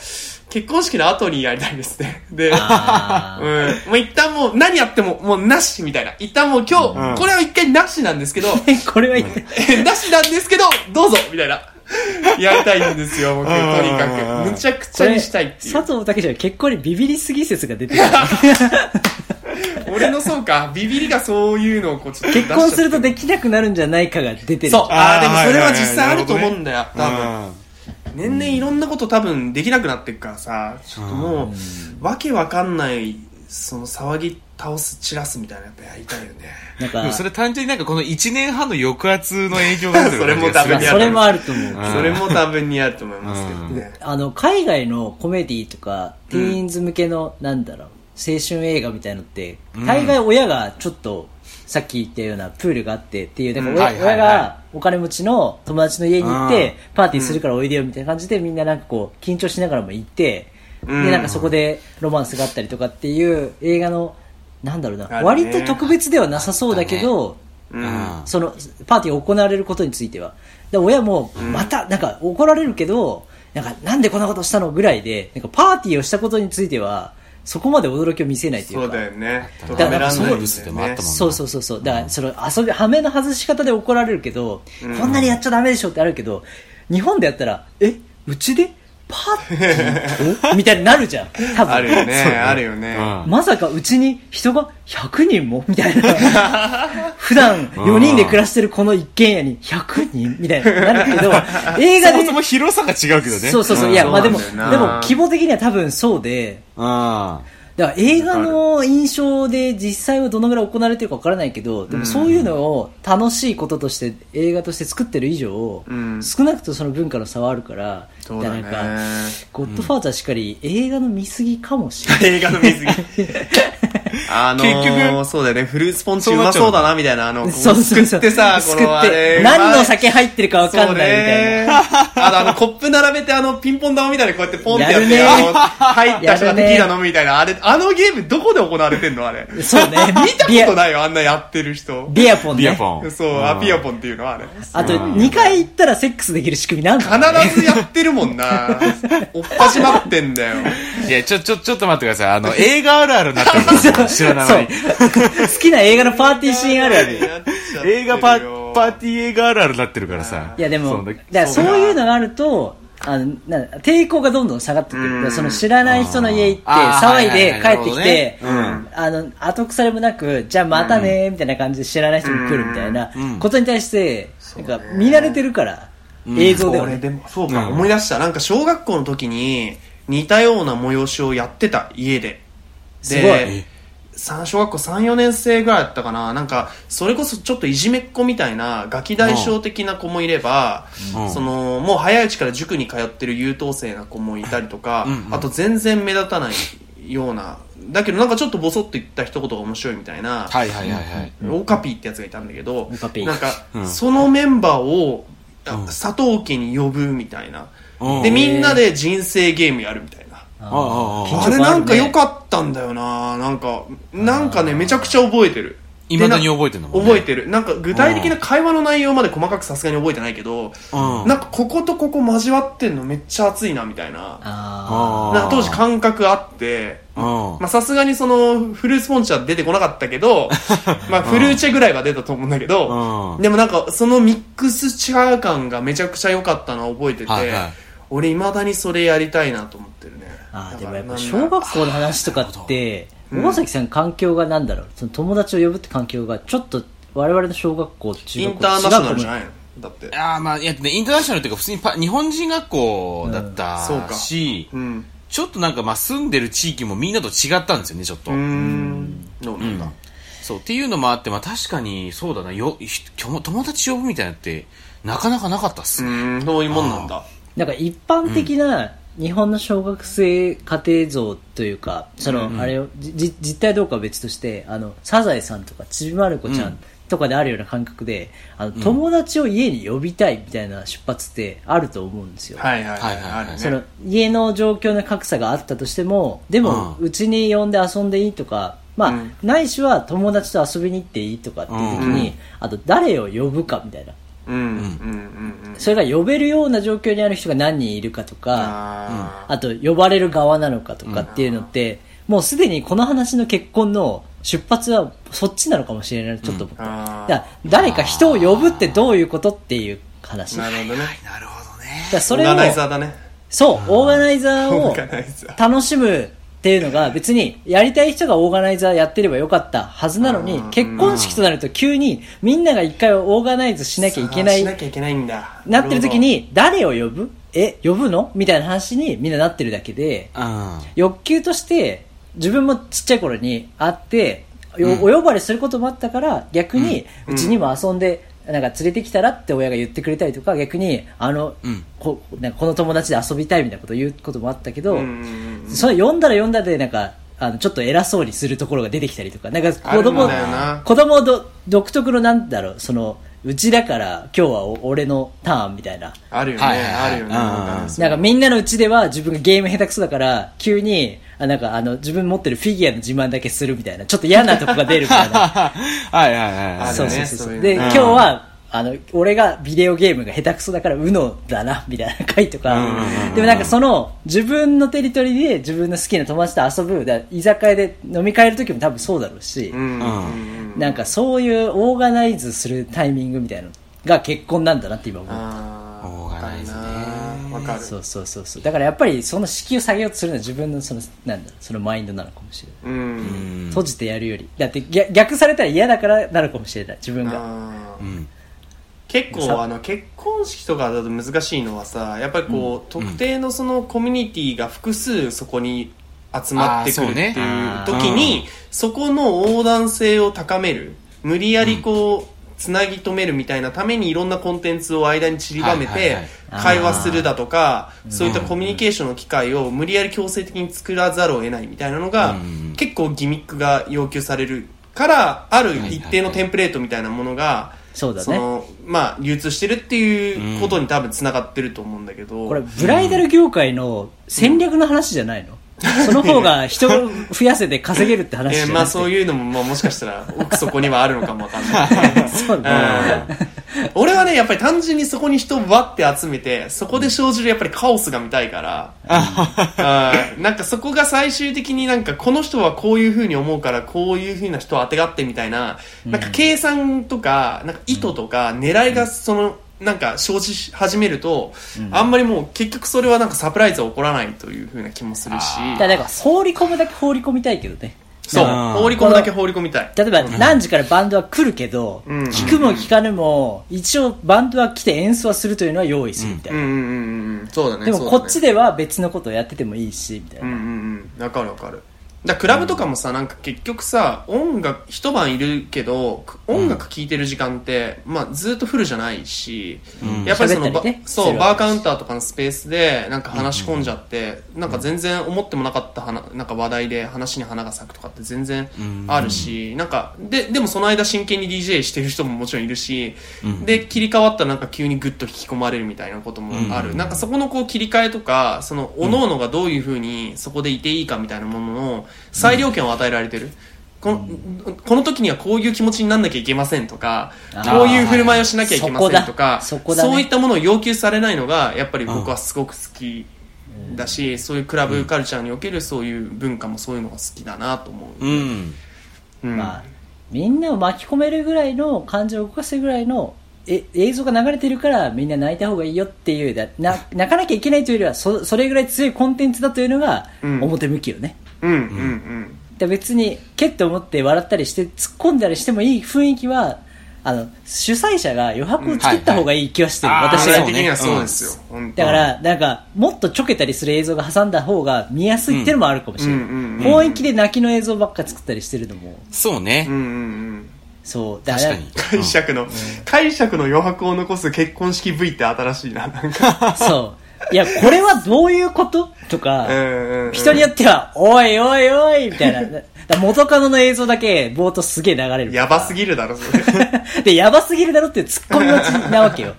結婚式の後にやりたいですね。で、うん。もあーう一旦もう何やっても、もうなしみたいな。一旦もう今日、うんこれは一回なしなんですけど、これは言ってなしなんですけど、どうぞみたいな。やりたいんですよ、僕。とにかく。むちゃくちゃにしたいっていう佐。藤健じゃ結婚にビビりすぎ説が出てる俺のそうか、ビビりがそういうのをこうちょっと出結しちゃって婚するとできなくなるんじゃないかが出てるそう。ああ、でもあーそれは実際はあいはいはいると思うんだよ。多分。うん年々いろんなこと多分できなくなってくからさ、ちょっともう、わけわかんない、その騒ぎ倒す散らすみたいなやっぱやりたいよねなんでもか、そそれれ単純になんかこの1年半の抑圧の影響がある それもダメににああるるもあると思う。それも多分にあると思いますけどねあの、海外のコメディとか、ティーンズ向けの、なんだろう、青春映画みたいのって、大概親がちょっと、さっき言ったようなプールがあってっていう、だかうらん親,、はいはいはいがお金持ちの友達の家に行って、パーティーするからおいでよみたいな感じで、みんななんかこう、緊張しながらも行って、うんで、なんかそこでロマンスがあったりとかっていう映画の、なんだろうな、あるね割と特別ではなさそうだけど、うんうんそのパーティーが行われることについては。で親も、また、なんか怒られるけど、なんか、なんでこんなことしたのぐらいで、なんかパーティーをしたことについては、そこまで驚きを見せないというそか。うだよねとだどかめららんないんだよそうねですってもあったもんそうそうそうそう。だから、その遊び、羽目の外し方で怒られるけど、こんなにやっちゃダメでしょってあるけど、日本でやったら、え、うちでパーティ ーみたいになるじゃん。多分。あるよねあるよねうんまさかうちに人が100人もみた いな。普段4人で暮らしてるこの一軒家に100人みたいになるけ ど、映画そもで。そも広さが違うけどね。そうそうそう。うんいや、まあでも、そでうもなんだよな規模的には多分そうで、あだから映画の印象で実際はどのぐらい行われてるかわからないけど、でもそういうのを楽しいこととして映画として作ってる以上、ん少なくとその文化の差はあるから、そうだねからなんか、ゴッドファーザーしっかり映画の見過ぎかもしれ ない。映画の水着 あのー、結局そうだよねフルーツポンチうまそうだなみたいなあのこうそうそうそすう。くってさすこくっのあてれ、何の酒入ってるかわかんないみたいな。なあとあのコップ並べてあのピンポン玉みたいにこうやってポンってやっ やるてねあの入った人やがるねテキーラ飲むみたいなあれあのゲームどこで行われてんのあれ。そうね見たことないよあんなやってる人ビアビアポあ。ンね。ビアポン。そうアピアポンっていうのはあれあと、2回行ったらセックスできる仕組みなんだ必ずやってるもん なおっぱしなってんだよいや、ちょ、ちょ、ちょっと待ってください。あの、映画あるあるになってるんです そう。よ。知らない間に。 好きな映画のパーティーシーンあるある。やっちゃってるよ映画パパーティー映画あるあるになってるからさ。いやでそも、うだからそういうのがあると、あのな抵抗がどんどん下がってくうんる。だからその知らない人の家行って、あー騒いであー帰はいはいはいってきて、なるほどねあの、後腐れもなく、じゃあまたね、みたいな感じで知らない人も来るみたいなことに対して、なんか見慣れてるから、映像では俺ね。でもそうか、うん思い出したなんか小学校の時に似たような催しをやってた家ですごいでさ小学校34年生ぐらいだったかななんかそれこそちょっといじめっ子みたいなガキ大将的な子もいれば、うんそのもう早いうちから塾に通ってる優等生な子もいたりとか、うんうんあと全然目立たないようなだけどなんかちょっとボソッと言った一言が面白いみたいな、はいはいはいはい。オカピーってやつがいたんだけどオカピーなんか、うんそのメンバーを、あうん佐藤家に呼ぶみたいな、うんでへーみんなで人生ゲームやるみたいな、ああああー緊あれなんか良っかったんだよななんかなんかねめちゃくちゃ覚えてるいまだにでな覚えてるのもんね覚えてるなんか具体的な会話の内容まで細かくさすがに覚えてないけど、うんなんかこことここ交わってんのめっちゃ熱いなみたいなああーなんか当時感覚あってうんまあさすがにそのフルーツポンチは出てこなかったけど、まあフルーチェぐらいは出たと思うんだけど、うんでもなんかそのミックスチャー感がめちゃくちゃ良かったのを覚えてて、はいはい俺未だにそれやりたいなと思ってるね。あーだでかもらやっぱな小んだ学校の話とかって、大崎さん環境がなんだろう、その友達を呼ぶって環境がちょっと我々の小学校、イ中ン学校ターナショナル違うじかゃもないのだって。ああ、まあ、いや、ね、インターナショナルっていうか、普通にパ日本人学校だったそうかし、うん。ちょっとなんか、まあ、住んでる地域もみんなと違ったんですよね、ちょっと。うーん。どうなんだ。そう、っていうのもあって、まあ、確かに、そうだな、よ、ひ友友達呼ぶみたいなのって、なかなかなかったっすうね。ーん、そういうもんなんだ。なんか一般的な日本の小学生家庭像というか、その、あれを、じじ実態どうかは別として、あの、サザエさんとかちびまる子ちゃんとかであるような感覚で、あの、友達を家に呼びたいみたいな出発ってあると思うんですよ。はいはいははいい。はいはあいるそね。の家の状況の格差があったとしてもでも、ううちに呼んで遊んでいいとか、まあうんないしは友達と遊びに行っていいとかっていう時に、うんあと誰を呼ぶかみたいなうん。うんうんうん。それが呼べるような状況にある人が何人いるかとかああと呼ばれる側なのかとかっていうのって、もうすでにこの話の結婚の出発はそっちなのかもしれないちょっと思った、うんあーだから誰か人を呼ぶってどういうことっていう話ー。なるほどね。なるほどね。だからそオれーをガナイザーだね。そうオーガナイザーオをーガナイザー。楽しむっていうのが別にやりたい人がオーガナイザーやってればよかったはずなのにうん結婚式となると急にみんなが一回オーガナイズしなきゃいけなしいなきゃいけないんだ。なってる時に誰を呼ぶえ呼ぶのみたいな話にみんななってるだけでうん。 欲求として自分もちっちゃい頃にあってよお呼ばれすることもあったから逆にうちにも遊んでなんか連れてきたらって親が言ってくれたりとか逆にあの、こなんかこの友達で遊びたいみたいなことを言うこともあったけど、んそれ読んだら読んだでなんかあのちょっと偉そうにするところが出てきたりとかなんかあ子るん供だよな子供ど独特のなんだろうそのうちだから今日はお俺のターンみたいなあるよね、はいはいはいあるようんねなんかなんかみんなのうちでは自分がゲーム下手くそだから急にあなんかあの自分持ってるフィギュアの自慢だけするみたいなちょっと嫌なとこが出るみたいなはいはいはあい。るそうねそうそうそうそういうのでうん今日はあの俺がビデオゲームが下手くそだから UNO だなみたいな回とかでもなんかその自分のテリトリーで自分の好きな友達と遊ぶだから居酒屋で飲み会の時も多分そうだろうし、うんなんかそういうオーガナイズするタイミングみたいなのが結婚なんだなって今思うあーオーガナイズねわかるなわかるそうそうそうそうだからやっぱりその敷居を下げようとするのは自分のそのなんだそのマインドなのかもしれない、うん閉じてやるよりだって逆逆されたら嫌だからなのかもしれない自分があーん結構あの結婚式とかだと難しいのはさやっぱりこう、特定のそのコミュニティが複数そこに集まってくるっていうあーそうね時にそ,、この横断性を高める無理やりこう、つなぎ止めるみたいなためにいろんなコンテンツを間に散りばめはいはいてはい会話するだとかそういったコミュニケーションの機会を無理やり強制的に作らざるを得ないみたいなのがうん結構ギミックが要求されるからある一定のテンプレートみたいなものがそうだねそのまあ流通してるっていうことに多分つながってると思うんだけどこれブライダル業界の戦略の話じゃないの、その方が人を増やせて稼げるって話じ えゃーなまいあそういうのも、まあ、もしかしたら奥底にはあるのかもわかんな いそうだねうん俺はねやっぱり単純にそこに人をわって集めてそこで生じるやっぱりカオスが見たいからうんなんかそこが最終的になんかこの人はこういうふうに思うからこういうふうな人をあてがってみたいななんか計算とかなんか意図とか狙いがそのなんか生じし始めるとあんまりもう結局それはなんかサプライズは起こらないというふうな気もするしだからなんか放り込むだけ放り込みたいけどねそううん放り込むだけ放り込みたい例えば何時からバンドは来るけど、うん聞くも聞かぬも一応バンドは来て演奏はするというのは用意するみたいなうんうんうんうんそうだねでもそうだこねっちでは別のことをやっててもいいしみたいうんな、うんうんわかるわかるだクラブとかもさなんか結局さ音楽一晩いるけどく音楽聴いてる時間って、まあ、ずっとフルじゃないし、やっぱりその喋ったば、りねすそるうわけだしバーカウンターとかのスペースでなんか話し込んじゃって、なんか全然思ってもなかった花なんか話題で話に花が咲くとかって全然あるし、なんかででもその間真剣に DJ してる人ももちろんいるし、で切り替わったらなんか急にグッと引き込まれるみたいなこともある、なんかそこのこう切り替えとかその各々がどういうふうにそこでいていいかみたいなものの裁量権を与えられてる。このこの時にはこういう気持ちになんなきゃいけませんとかーこういう振る舞いをしなきゃいけませんとかそこだそこだねういったものを要求されないのがやっぱり僕はすごく好きだし、そういうクラブカルチャーにおけるそういう文化もそういうのが好きだなと思う、うん。うんまあ、みんなを巻き込めるぐらいの感情を動かせるぐらいのえ映像が流れてるからみんな泣いた方がいいよっていうだな泣かなきゃいけないというよりはそそれぐらい強いコンテンツだというのがうん表向きよね、うんうんうんで別にけって思って笑ったりして突っ込んだりしてもいい雰囲気はあの主催者が余白を作った方がいい気はしてる、うんはいはい私世は代あー的にはそうですよ、本当だから、なんか、もっとちょけたりする映像が挟んだ方が見やすいっていうのもあるかもしれうんうんうんうなんい。本域で泣きの映像ばっか作ったりしてるのも、そうねうん。うんうんそう、だ確かに。解釈の、解釈の余白を残す結婚式 V って新しいななん かそう。いや、これはどういうこととか、うんうんうん人によっては、おいおいおいみたいな。だから元カノの映像だけ、冒頭すげえ流れる。やばすぎるだろそ れで、やばすぎるだろっていうツッコミ待ちなわけよ。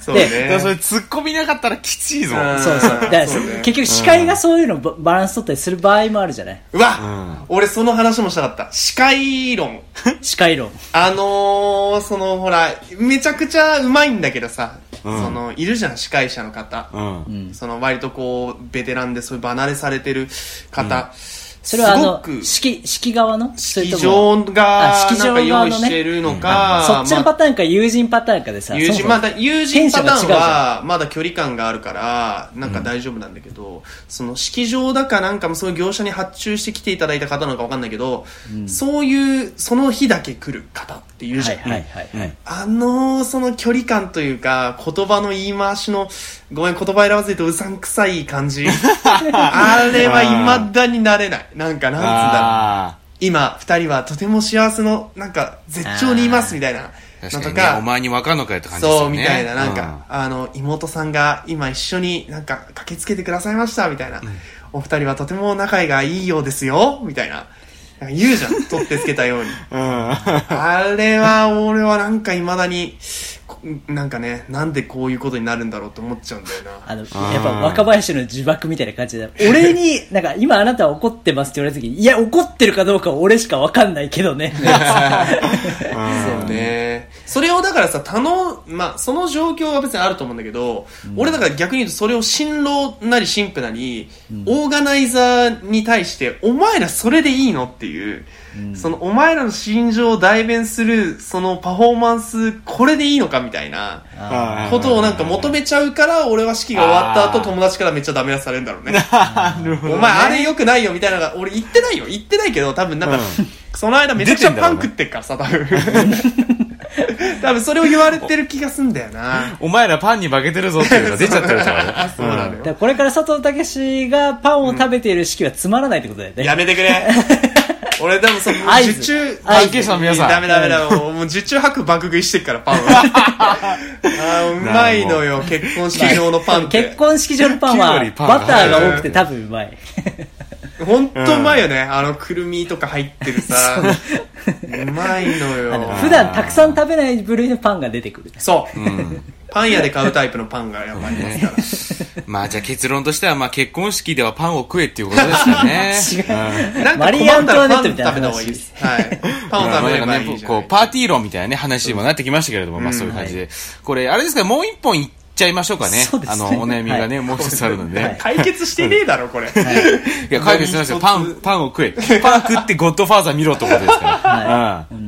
そうねだからそれ突っ込みなかったらきちいぞ。うんそうそう。だからそうね結局司会がそういうのばバランス取ったりする場合もあるじゃないうわ、俺その話もしたかった司会論司会論。あのー、そのほら、めちゃくちゃうまいんだけどさ、んその、いるじゃん、司会者の方。うん。その、割とこう、ベテランでそういう離れされてる方。それはあのすご、く式、式側のそれ式とも場があ、式な場ん側かの用ね意してるのか、そっちのまパターンか友人パターンかでさ、あ友そ人、もそまもだ友人パタテンシーョンンが違うじは、まだ距離感があるから、なんか大丈夫なんだけど、その式場だかなんかもそういう業者に発注して来ていただいた方なのかわかんないけど、そういう、その日だけ来る方っているじはゃいん。はいはい、はい。あのー、その距離感というか、言葉の言い回しの、ごめん、言葉選ばずに言うとうさんく さい感じ。あれは未だになれない。なんか、なんつうんだろう。あ今、二人はとても幸せの、なんか、絶頂にいますみたいなの確かとにね、おか、前に分かんのかよって感じですそう、よね。みたいな、なんか、あの、妹さんが今一緒になんか駆けつけてくださいました、みたいな。お二人はとても仲がいいようですよ、みたいな。なんか言うじゃ ん、取ってつけたように。うん。うん。あれは、俺はなんか未だに、こなんかね、なんでこういうことになるんだろうって思っちゃうんだよな。あの、やっぱ若林の呪縛みたいな感じで、俺 に、なんか今あなたは怒ってますって言われた時に、いや、怒ってるかどうかは俺しかわかんないけど ね。そうね。それをだからさ、頼む、まあ、その状況は別にあると思うんだけど、俺だから逆に言うとそれを新郎なり新婦なり、オーガナイザーに対して、お前らそれでいいのっていう、そのお前らの心情を代弁する、そのパフォーマンス、これでいいのかみたいな。あーことをなんか求めちゃうから、俺は式が終わった後友達からめっちゃダメ出しされるんだろうね。お前あれ良くないよみたいなのが、俺言ってないよ。言ってないけど、多分なんか、その間めちゃくちゃパン食ってっからさ、多分。 多分それを言われてる気がすんだよな。お前らパンに負けてるぞっていうのが出ちゃってるからね。そうなのだよからこれから佐藤健がパンを食べている式はつまらないってことだよね。やめてくれ。 俺多分その合図受注、合図関係者の皆さんダメダメダメ。もう受注吐く爆食いしてっから、パンは。あーうまいのよ、結婚式用のパンって。結婚式場のパン9は割パンバターが多くて多分うまい。ほんとうまいよね。あの、くるみとか入ってるさ。うまいのあのよ。普段たくさん食べない部類のパンが出てくる。そう、パン屋で買うタイプのパンがやっぱりですから。 まあじゃあ結論としては、まあ結婚式ではパンを食えっていうことですよ ね。 違う。なんマかリーア困ンっトたワらネパッント食みたいべなた方がい話いで。す。はい。 パンをまあ食なべれんかばねいいじゃなこ、いうパーティー論みたいなね、話にもなってきましたけれども、まあそういう感じで。これ、あれですか、もう一本いっちゃいましょうかねそう。であすねの、お悩みがね、もう一つあるのでね。解決してねえだ ろ、これ。いや、解決してますよ。パン、パンを食え。パン食ってゴッドファーザー見ろってことですから。うん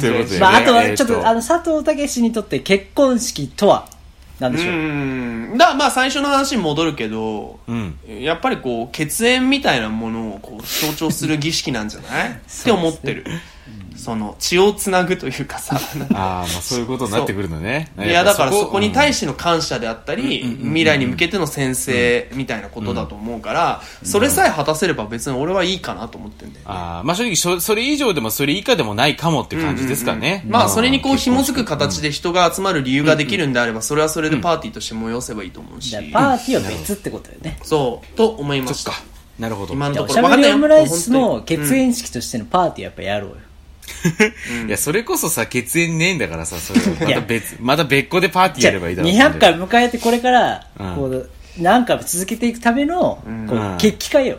ということでね。まあ、あとはちょっえーと、あの、佐藤健にとって結婚式とは、なんでうしょう。ん。だまあ最初の話に戻るけど、んやっぱりこう、血縁みたいなものをこう象徴する儀式なんじゃ ないって思ってる。その、血をつなぐという かさ、なんかああ、まあそういうことになってくるのね。いや、だからそこにし対しての感謝であったり、未来に向けての先生みたいなことだと思うから、それさえ果たせれば別に俺はいいかなと思ってんだよね。あーまあ正直そ、それ以上でもそれ以下でもないかもって感じですかね。まあ、それにこう結紐婚づく形で人が集まる理由ができるんであれば、それはそれでパーティーとして催せばいいと思うしじゃあ、。パーティーは別ってことだよね。そう、と思いました。なるほど。今のじゃあ、とおこしゃろ。べりオムライスもの血縁式としてのパーティーやっぱやろうよ。いや、それこそさ、血縁ねえんだからさ、それはま いたや別、また別個でパーティーじゃやあ、ればいいだろうって200回迎えてこれからうん、こう、何回も続けていくための、こうんう、決起会よ。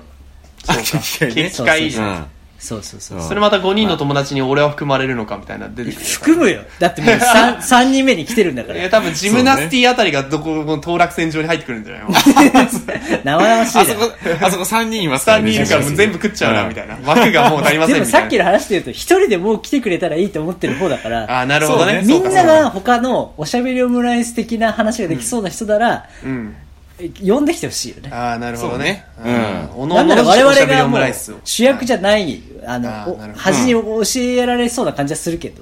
あ結局ね結果いいじゃん。そうそうそう。うんそれまた5人の友達に俺は含まれるのかみたいなの出てくるよ。含むよ。だってもう 3, 三人目に来てるんだかえら。多分ジムナスティあたりがどこも当落線上に入ってくるんじゃないの生々しいあだそろこ、あそこ3人いますから3ね。人いるからもう全部食っちゃうなみたいな。枠がもう足りませんでもみたさいなっ。きの話で言うと、一人でもう来てくれたらいいと思ってる方だから、あーなるほどね。みんなそうかが他のおしゃべりオムライス的な話ができそうな人なら、そうかうん。呼んできてほしいよね。ああ、なるほどね。そうねうん。おのなおんなのら我のお々しゃべりがオもムうライスを主役じゃない、ああの、ーおなるほど端に教えられそうな感じはするけど、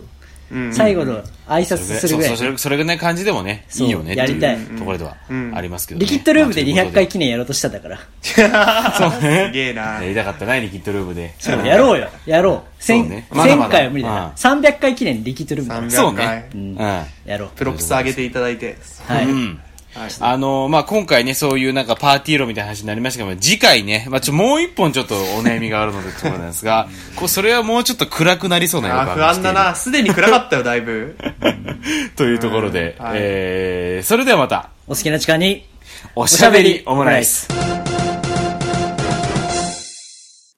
最後の挨拶するぐらそうそうそい。れそれぐらいの感じでもね、いそういよねってやりたいいうところではありますけどね。リキッドルームでまあということ200回記念やろうとしたんだから。そうね。すげえなやりたかったな、リキッドルームで。そうやろうよ。やろう。そう1000ねまだまだ回は無理だうんな。300回記念リキッドルームだな300ね。う。うんやろう。プロプス上げていただいて。はい。うん。はいあのまあ、今回ね、そういうなんかパーティー論みたいな話になりましたけども、次回ね、まあ、ちょ、もう一本ちょっとお悩みがあるので、ところなんですが、こう、それはもうちょっと暗くなりそうな予あ感ーが不して安いる だな。すでに暗かったよ、だいぶ。というところで、うんはいえー、それではまた、お好きな時間に。おしゃべりオムライス。おしゃべりオムライス。